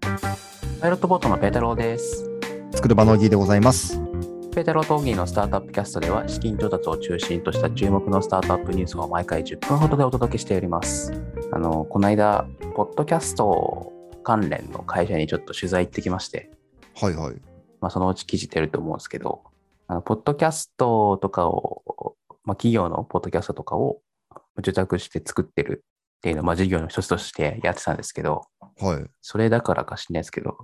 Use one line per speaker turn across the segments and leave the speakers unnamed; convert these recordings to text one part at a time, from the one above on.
パイロットボートのペータローです。
作る場のおぎでございます。
ペータローとオギーのスタートアップキャストでは、資金調達を中心とした注目のスタートアップニュースを毎回10分ほどでお届けしております。あの、この間、ポッドキャスト関連の会社にちょっと取材行ってきまして、
はいはい。
まあ、そのうち記事出ると思うんですけど、あのポッドキャストとかを、まあ、企業のポッドキャストとかを受託して作ってるっていうのを、まあ、事業の一つとしてやってたんですけど、
はい。
それだからか知んないですけど、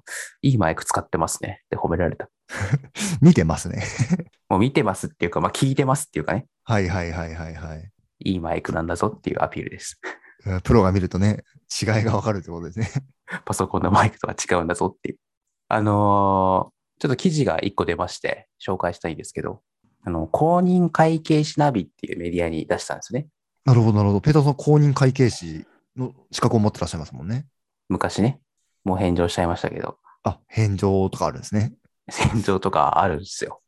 いいマイク使ってますねって褒められた。
見てますね。
もう見てますっていうか、まあ、聞いてますっていうかね、
はいはいはいはいはい
いいマイクなんだぞっていうアピールです。
うん。プロが見るとね、違いがわかるってことですね。
パソコンのマイクとは違うんだぞっていう。あのーちょっと記事が1個出まして、紹介したいんですけど、あの、公認会計士ナビっていうメディアに出したんですね。
なるほどなるほど。ペーターさん、公認会計士の資格を持ってらっしゃいますもんね。
昔ね。もう返上しちゃいましたけど、
あ、返上とかあるんですね。
戦場とかあるんですよ。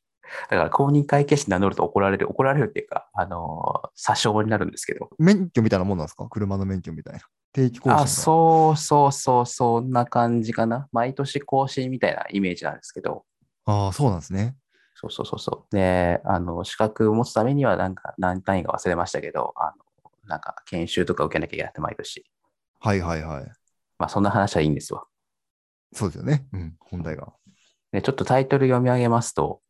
だから公認会計士名乗ると怒られる、怒られるっていうか、あのー、詐称になるんですけど。
免許みたいなもんなんですか車の免許みたいな。定期更新が。
あ、そうそうそう、そんな感じかな。毎年更新みたいなイメージなんですけど。
あーそうなんですね。
そうそうそうそう。で、あの、資格を持つためには、なんか、何単位か忘れましたけど、あの、なんか、研修とか受けなきゃいけなくて、毎年。
はいはいはい。
まあ、そんな話はいいんですわ。
そうですよね。うん。本題が。
で、ちょっとタイトル読み上げますと、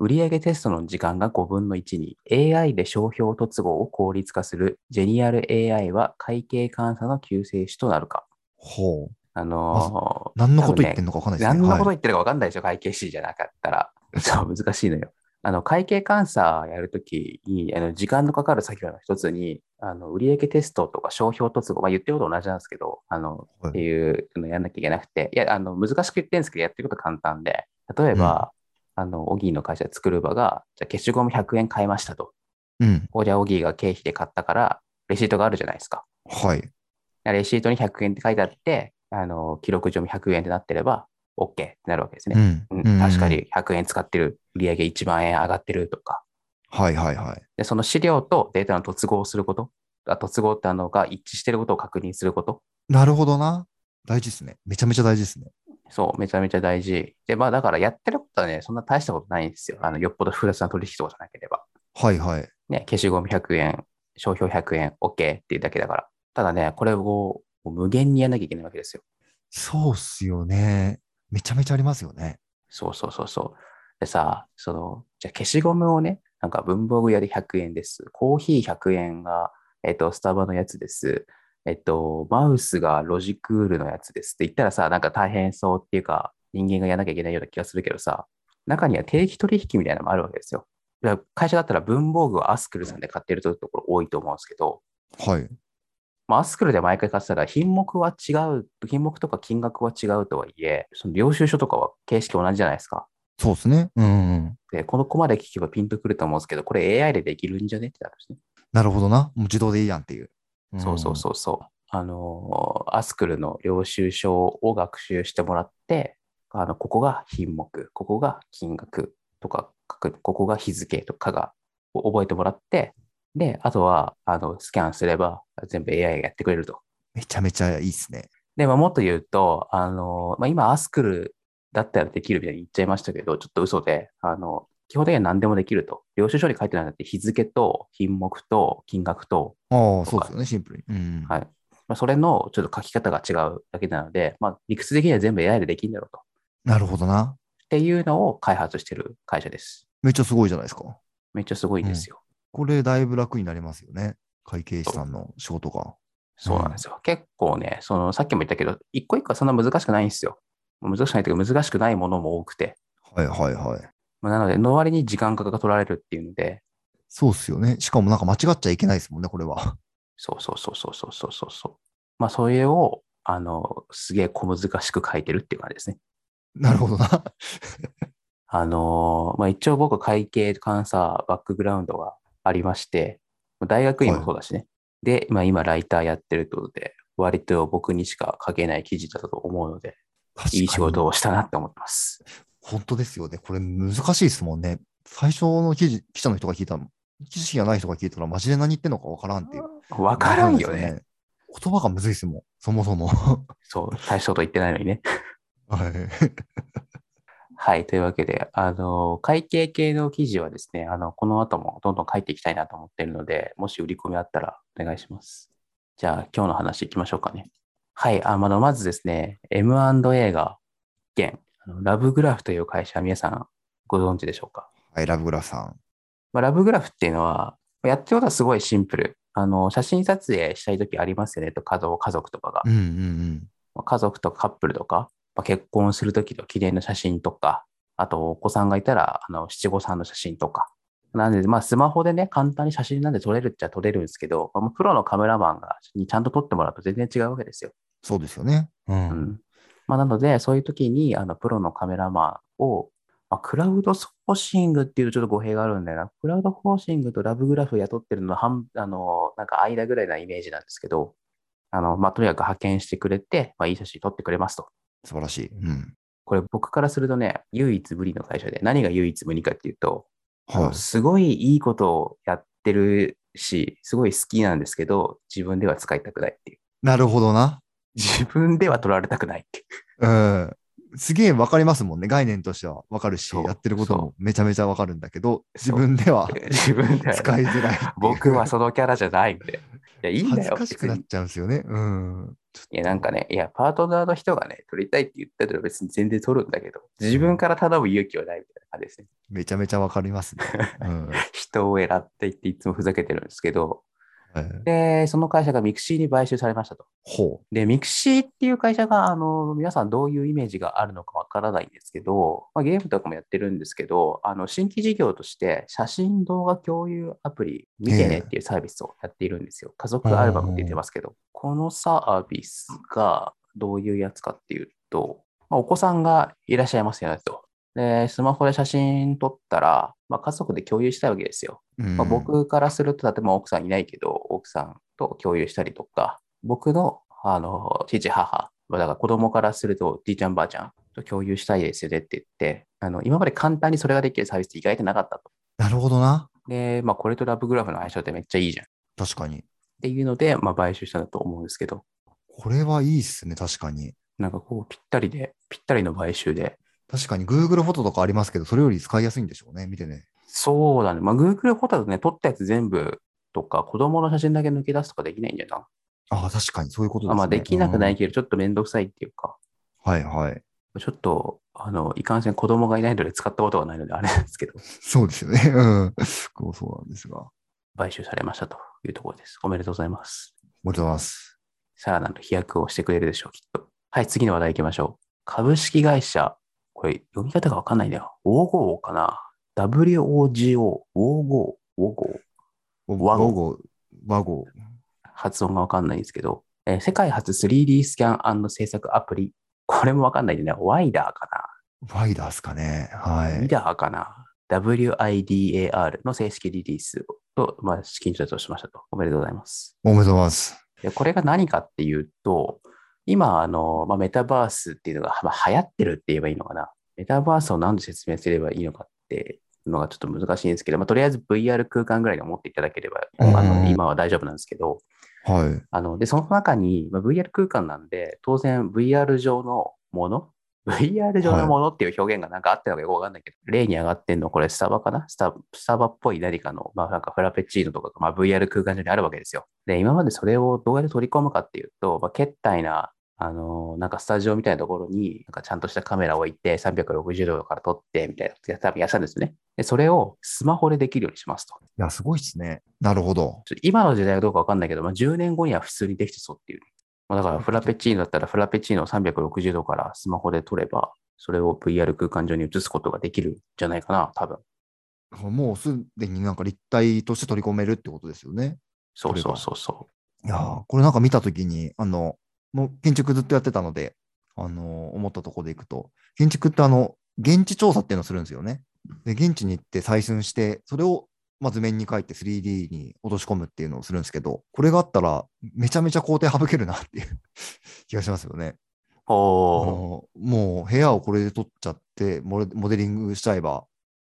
売上テストの時間が5分の1に AI で商標突合を効率化するジェニアル AI は会計監査の救世主となるか。
ほう。
あのー
何のこと言ってんのかわかんないですね。
何のこと
はい
言ってるか分かんないでしょ、会計士じゃなかったら。そう、難しいのよ。あの、会計監査やるときに、あの、時間のかかる作業の一つに、あの、売上テストとか商標突合、まあ言ってること同じなんですけど、あの、
はい
っていうのやんなきゃいけなくて、いや、あの、難しく言ってるんですけど、やってること簡単で、例えば、あの、オギーの会社作る場が、じゃあ消しゴム100円買いましたと。
うん。
おじゃあオギーが経費で買ったから、レシートがあるじゃないですか。
はい。
レシートに100円って書いてあって、あの記録上に100円ってなってれば、OK ってなるわけです
う
ね。
ん。
う
うんん
確か。に100円使ってる、売上1万円上がってるとか。
はいはいはい。
で、その資料とデータの突合をすること、あ突合ってあのが一致してることを確認すること。
なるほどな。大事ですね。めちゃめちゃ大事ですね。
そう、めちゃめちゃ大事。で、まあだからやってることはね、そんな大したことないんですよ。あのよっぽど複雑な取引とかじゃなければ。
はいはい。
ね、消しゴム100円、商標100円、OK っていうだけだから。ただね、これをもう無限にやんなきゃいけないわけですよ。
そうっすよね。めちゃめちゃありますよね。
そうそうそうそう。でさ、その、じゃあ消しゴムをね、なんか文房具屋で100円です。コーヒー100円が、えっと、スタバのやつです。えっと、マウスがロジクールのやつですって言ったらさ、なんか大変そうっていうか、人間がやらなきゃいけないような気がするけどさ、中には定期取引みたいなのもあるわけですよ。だから会社だったら文房具はアスクルさんで買ってるところ多いと思うんですけど、
はい。
まあ、アスクルで毎回買ってたら品目は違う、品目とか金額は違うとはいえ、その領収書とかは形式同じじゃないですか。
そうですね。うん、うん。
で、この子まで聞けばピンとくると思うんですけど、これ AI でできるんじゃねってなるんですね。
なるほどな。もう自動でいいやんっていう。ん
そうそうそうそう。あのーアスクルの領収書を学習してもらって、あの、ここが品目、ここが金額とか書く、ここが日付とかがを覚えてもらって、で、あとは、あの、スキャンすれば全部 AI がやってくれると。
めちゃめちゃいいっすね。
で、まあ、もっと言うと、あの、まあ、今、アスクルだったらできるみたいに言っちゃいましたけど、ちょっと嘘で、あの、基本的には何でもできると。領収書に書いてないんだって、日付と品目と金額と、
あ
と
あ、そう
か
ですよね。シンプルに。うん。
はいまあ、それのちょっと書き方が違うだけなので、まあ、理屈的には全部 AI でできるんだろうと。っ
なるほどな。
ていうのを開発してる会社です。
めっちゃすごいじゃないですか。
めっちゃすごいんですよ。
これ、だいぶ楽になりますよね。会計士さんの仕事が。
そうなんですよ。結構ね、その、さっきも言ったけど、一個一個はそんな難しくないんですよ。難しくないというか、難しくないものも多くて。
はいはいはい。
まあなので、の割に時間が取られるっていうので、
そうっすよね。しかもなんか間違っちゃいけないですもんね、これは。
そうそうそうそうそうそうそうそう。まあ、それを、あの、すげえ小難しく書いてるっていう感じですね。
なるほどな。
あのーまあ、一応僕、会計監査バックグラウンドがありまして、まあ大学院もそうだしね。で、まあ、今、ライターやってるってことで、割と僕にしか書けない記事だと思うので、
確かに
いい仕事をしたなって思ってます。
本当ですよね。これ難しいですもんね。最初の記事記者の人が聞いたの、知識がない人が聞いたら、マジで何言ってんのかわからんっていう。
わからんよ
わか
ね。
ですよ。言葉がむずいですもん、そもそも。
そう、大したこと言ってないのにね。
はい。
はい。というわけで、あの、会計系の記事はですね、あの、この後もどんどん書いていきたいなと思っているので、もし売り込みあったらお願いします。じゃあ、今日の話いきましょうかね。はい。あまあのまずですね、M&A が、現、あのラブグラフという会社、皆さんご存知でしょうか
はい、ラブグラフさん。
まあ、ラブグラフっていうのは、やってることはすごいシンプル。あの、写真撮影したい時ありますよねと、家族家族とかが。
うんうん
まあ家族とかカップルとか、まあ、結婚するときの記念の写真とか、あとお子さんがいたら、あの、七五三の写真とか。なんで、まあ、スマホでね、簡単に写真なんで撮れるっちゃ撮れるんですけど、まあ、プロのカメラマンがにちゃんと撮ってもらうと全然違うわけですよ。
そうですよね。う。
うんんまあ、なので、そういう時にあのプロのカメラマンを、まあ、クラウドソーシングっていうとちょっと語弊があるんだよな。クラウドソーシングとラブグラフ雇ってるのの半あのなんか間ぐらいなイメージなんですけど、あのまあ、とにかく派遣してくれて、まあ、いい写真撮ってくれますと。
素晴らしい。うん。
これ僕からするとね、唯一無二の会社で、何が唯一無二かっていうと、あの
はい。
すごいいいことをやってるし、すごい好きなんですけど、自分では使いたくないっていう。
なるほどな。
自分では取られたくないっていう
うん。すげえわかりますもんね。概念としてはわかるし、
そう
やってること
そ
もめちゃめちゃわかるんだけど、自
そう
分では
自分ではね
使いづらいっていう。
僕はそのキャラじゃないんで。いや、いいん
恥
だ
ず
よ。
かしくなっ
別に
ちゃうんですよね。うん。
いや、なんかね、いや、パートナーの人がね、取りたいって言ったら別に全然取るんだけど、自分から頼む勇気はないみたいな感じですね。
めちゃめちゃわかります ね。うん。
人を選っていっていつもふざけてるんですけど、
はい
で、その会社がミクシーに買収されましたと。
ほ
で、ミクシーっていう会社が、あの、皆さんどういうイメージがあるのかわからないんですけど、まあ、ゲームとかもやってるんですけど、あの、新規事業として写真動画共有アプリ、見てねっていうサービスをやっているんですよ。家族アルバムって言ってますけど、このサービスがどういうやつかっていうと、まあ、お子さんがいらっしゃいますよねと。で、スマホで写真撮ったら、まあ、家族で共有したいわけですよ。
う。うん
まあ、、僕からすると、例えば奥さんいないけど、奥さんと共有したりとか、僕のあの父、母、まあだから子供からすると、じいちゃん、ばあちゃんと共有したいですよねって言って、あの今まで簡単にそれができるサービスって意外となかったと。
なるほどな。
で、まあ、これとラブグラフの相性ってめっちゃいいじゃんっ
確かに。
ていうので、まあ、買収したんだと思うんですけど、
これはいいっすね。確かに。
なんかこう、ぴったりで、ぴったりの買収で、
確かに Google フォトとかありますけど、それより使いやすいんでしょうね。見てね。
そうだね、まあ、Google フォトだとね、撮ったやつ全部とか、子供の写真だけ抜け出すとかできないんじゃないか
ああ、確かにそういうこと
な。
です
あ
ね。
まあ、できなくない
うん
けど、ちょっとめんどくさいっていうか、
はいはい。
ちょっと、あの、いかんせん子供がいないので使ったことがないのであれなんですけど、
そうですよね。うん。こうそうなんですが。
買収されましたというところです。おめでとうございます。
おめでとうございます。
さらなる飛躍をしてくれるでしょう、きっと。はい、次の話題行きましょう。株式会社、これ読み方がわかんないんだよ。ウォゴーかな ?WOGO、ウォゴー、ウォゴー。
和
和合
合。和合。
発音がわかんないんですけど、えー世界初 3D スキャン制作アプリ。これもわかんないんだよね。ワイダーかな
ファイダーっすかね。は
リ
い。
ダーかな ?WIDAR の正式リリースと、まあ、資金調達をしましたと。おめでとうございます。
おめでとうございます。
でこれが何かっていうと、今、あの、まあ、メタバースっていうのが、まあ、流行ってるって言えばいいのかな。メタバースを何で説明すればいいのかっていうのがちょっと難しいんですけど、まあ、とりあえず VR 空間ぐらいに思っていただければ、
うん
あの今は大丈夫なんですけど、
はい。
あの、で、その中に、まあ、VR 空間なんで、当然 VR 上のもの ?VR 上のものっていう表現がなんかあったのかよくわかんないけど、例に上がってんの、これスタバかなスタスタバっぽい何かの、まあなんかフラペチーノとかが、まあ、VR 空間上にあるわけですよ。で、今までそれをどうやって取り込むかっていうと、まあ、決体な、あのーなんかスタジオみたいなところに、なんかちゃんとしたカメラを置いて、360度から撮って、みたいなやつ、多分やったんですよね。で、それをスマホでできるようにしますと。
いや、すごいっすね。なるほど。
ちょっと今の時代はどうかわかんないけど、まあ、10年後には普通にできてそうっていう。まあ、だから、フラペチーノだったら、フラペチーノを360度からスマホで撮れば、それを VR 空間上に映すことができるんじゃないかな、多分。
もうすでになんか立体として取り込めるってことですよね。
そうそうそうそ
いやーこれなんか見たときに、あの、もう建築ずっとやってたので、あのー思ったところでいくと、建築ってあの、現地調査っていうのをするんですよね。で、現地に行って採寸して、それを、まあ、図面に書いて 3D に落とし込むっていうのをするんですけど、これがあったら、めちゃめちゃ工程省けるなっていう 気がしますよね。
う。
あ
おー。
のーもう部屋をこれで撮っちゃって、モデモデリングしちゃえば、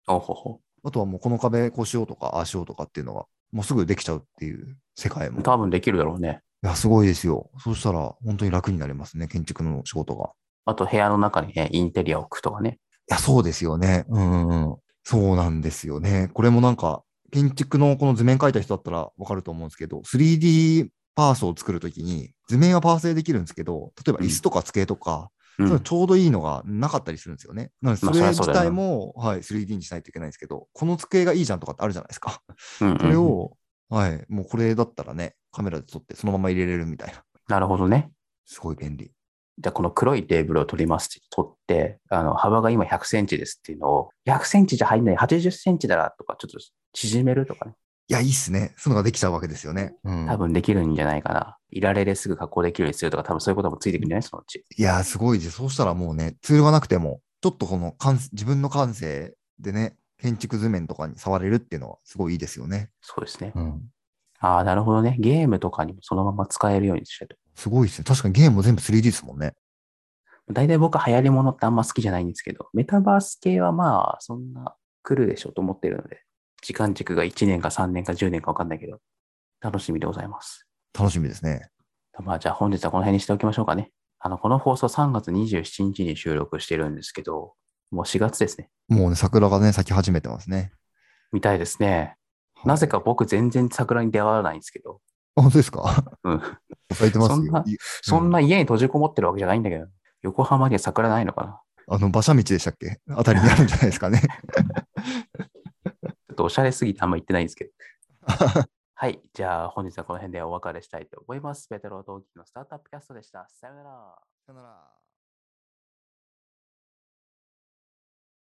おほほ。
あとはもうこの壁こうしようとか、ああしようとかっていうのが、もうすぐできちゃうっていう世界も。
多分できるだろうね。
いや、すごいですよ。そうしたら、本当に楽になりますね、建築の仕事が。
あと部屋の中にね、インテリアを置くとかね。
や、そうですよね。うんうんうん。そうなんですよね。これもなんか、建築のこの図面描いた人だったらわかると思うんですけど、3D パースを作るときに、図面はパースでできるんですけど、例えば
うん
椅子とか机とか、
う
そういうんの。ちょうどいいのがなかったりするんですよね。なので、
ま
そ
あ
れ
そりゃそう
自
だよな
体も、はい、3D にしないといけないんですけど、この机がいいじゃんとかってあるじゃないですか。
うんうん
それを、はい、もうこれだったらね、カメラで撮ってそのまま入れれるみたいな。
なるほどね。
すごい便利。
じゃあこの黒いテーブルを取りますって取って、あの幅が今100センチですっていうのを、100センチじゃ入んない、80センチだなとか、ちょっと縮めるとかね、
いや、いいっすね。そういうのができちゃうわけですよね。うん、
多分できるんじゃないかな。いられですぐ加工できるようにするとか、多分そういうこともついてくるんじゃないそのうち。
いやー、すごいです。そうしたらもうね、ツールがなくても、ちょっとこの感自分の感性でね、建築図面とかに触れるっていうのはすごいいいですよね。
そうですね。
うん、
ああ、なるほどね。ゲームとかにもそのまま使えるようにしたいと。
すごいですね。確かにゲームも全部 3D ですもんね。
大体僕流行りものってあんま好きじゃないんですけど、メタバース系はまあ、そんな来るでしょうと思ってるので、時間軸が1年か3年か10年か分かんないけど、楽しみでございます。
楽しみですね。
まあ、じゃあ本日はこの辺にしておきましょうかね。あの、この放送3月27日に収録してるんですけど、もう4月ですね。
もうね、桜がね、咲き始めてますね。
みたいですね。
はい
なぜか僕全然桜に出会わないんですけど、
あ本当ですか
うん。
咲いてますよ。
そんない
い
そんな家に閉じこもってるわけじゃないんだけど、横浜には桜ないのかな
あの、馬車道でしたっけあたりにあるんじゃないで すかね。
ちょっとおしゃれすぎてあんま言ってないんですけど。はい。じゃあ本日はこの辺でお別れしたいと思います。ベテロー同期のスタートアップキャストでした。さよなら。
さよなら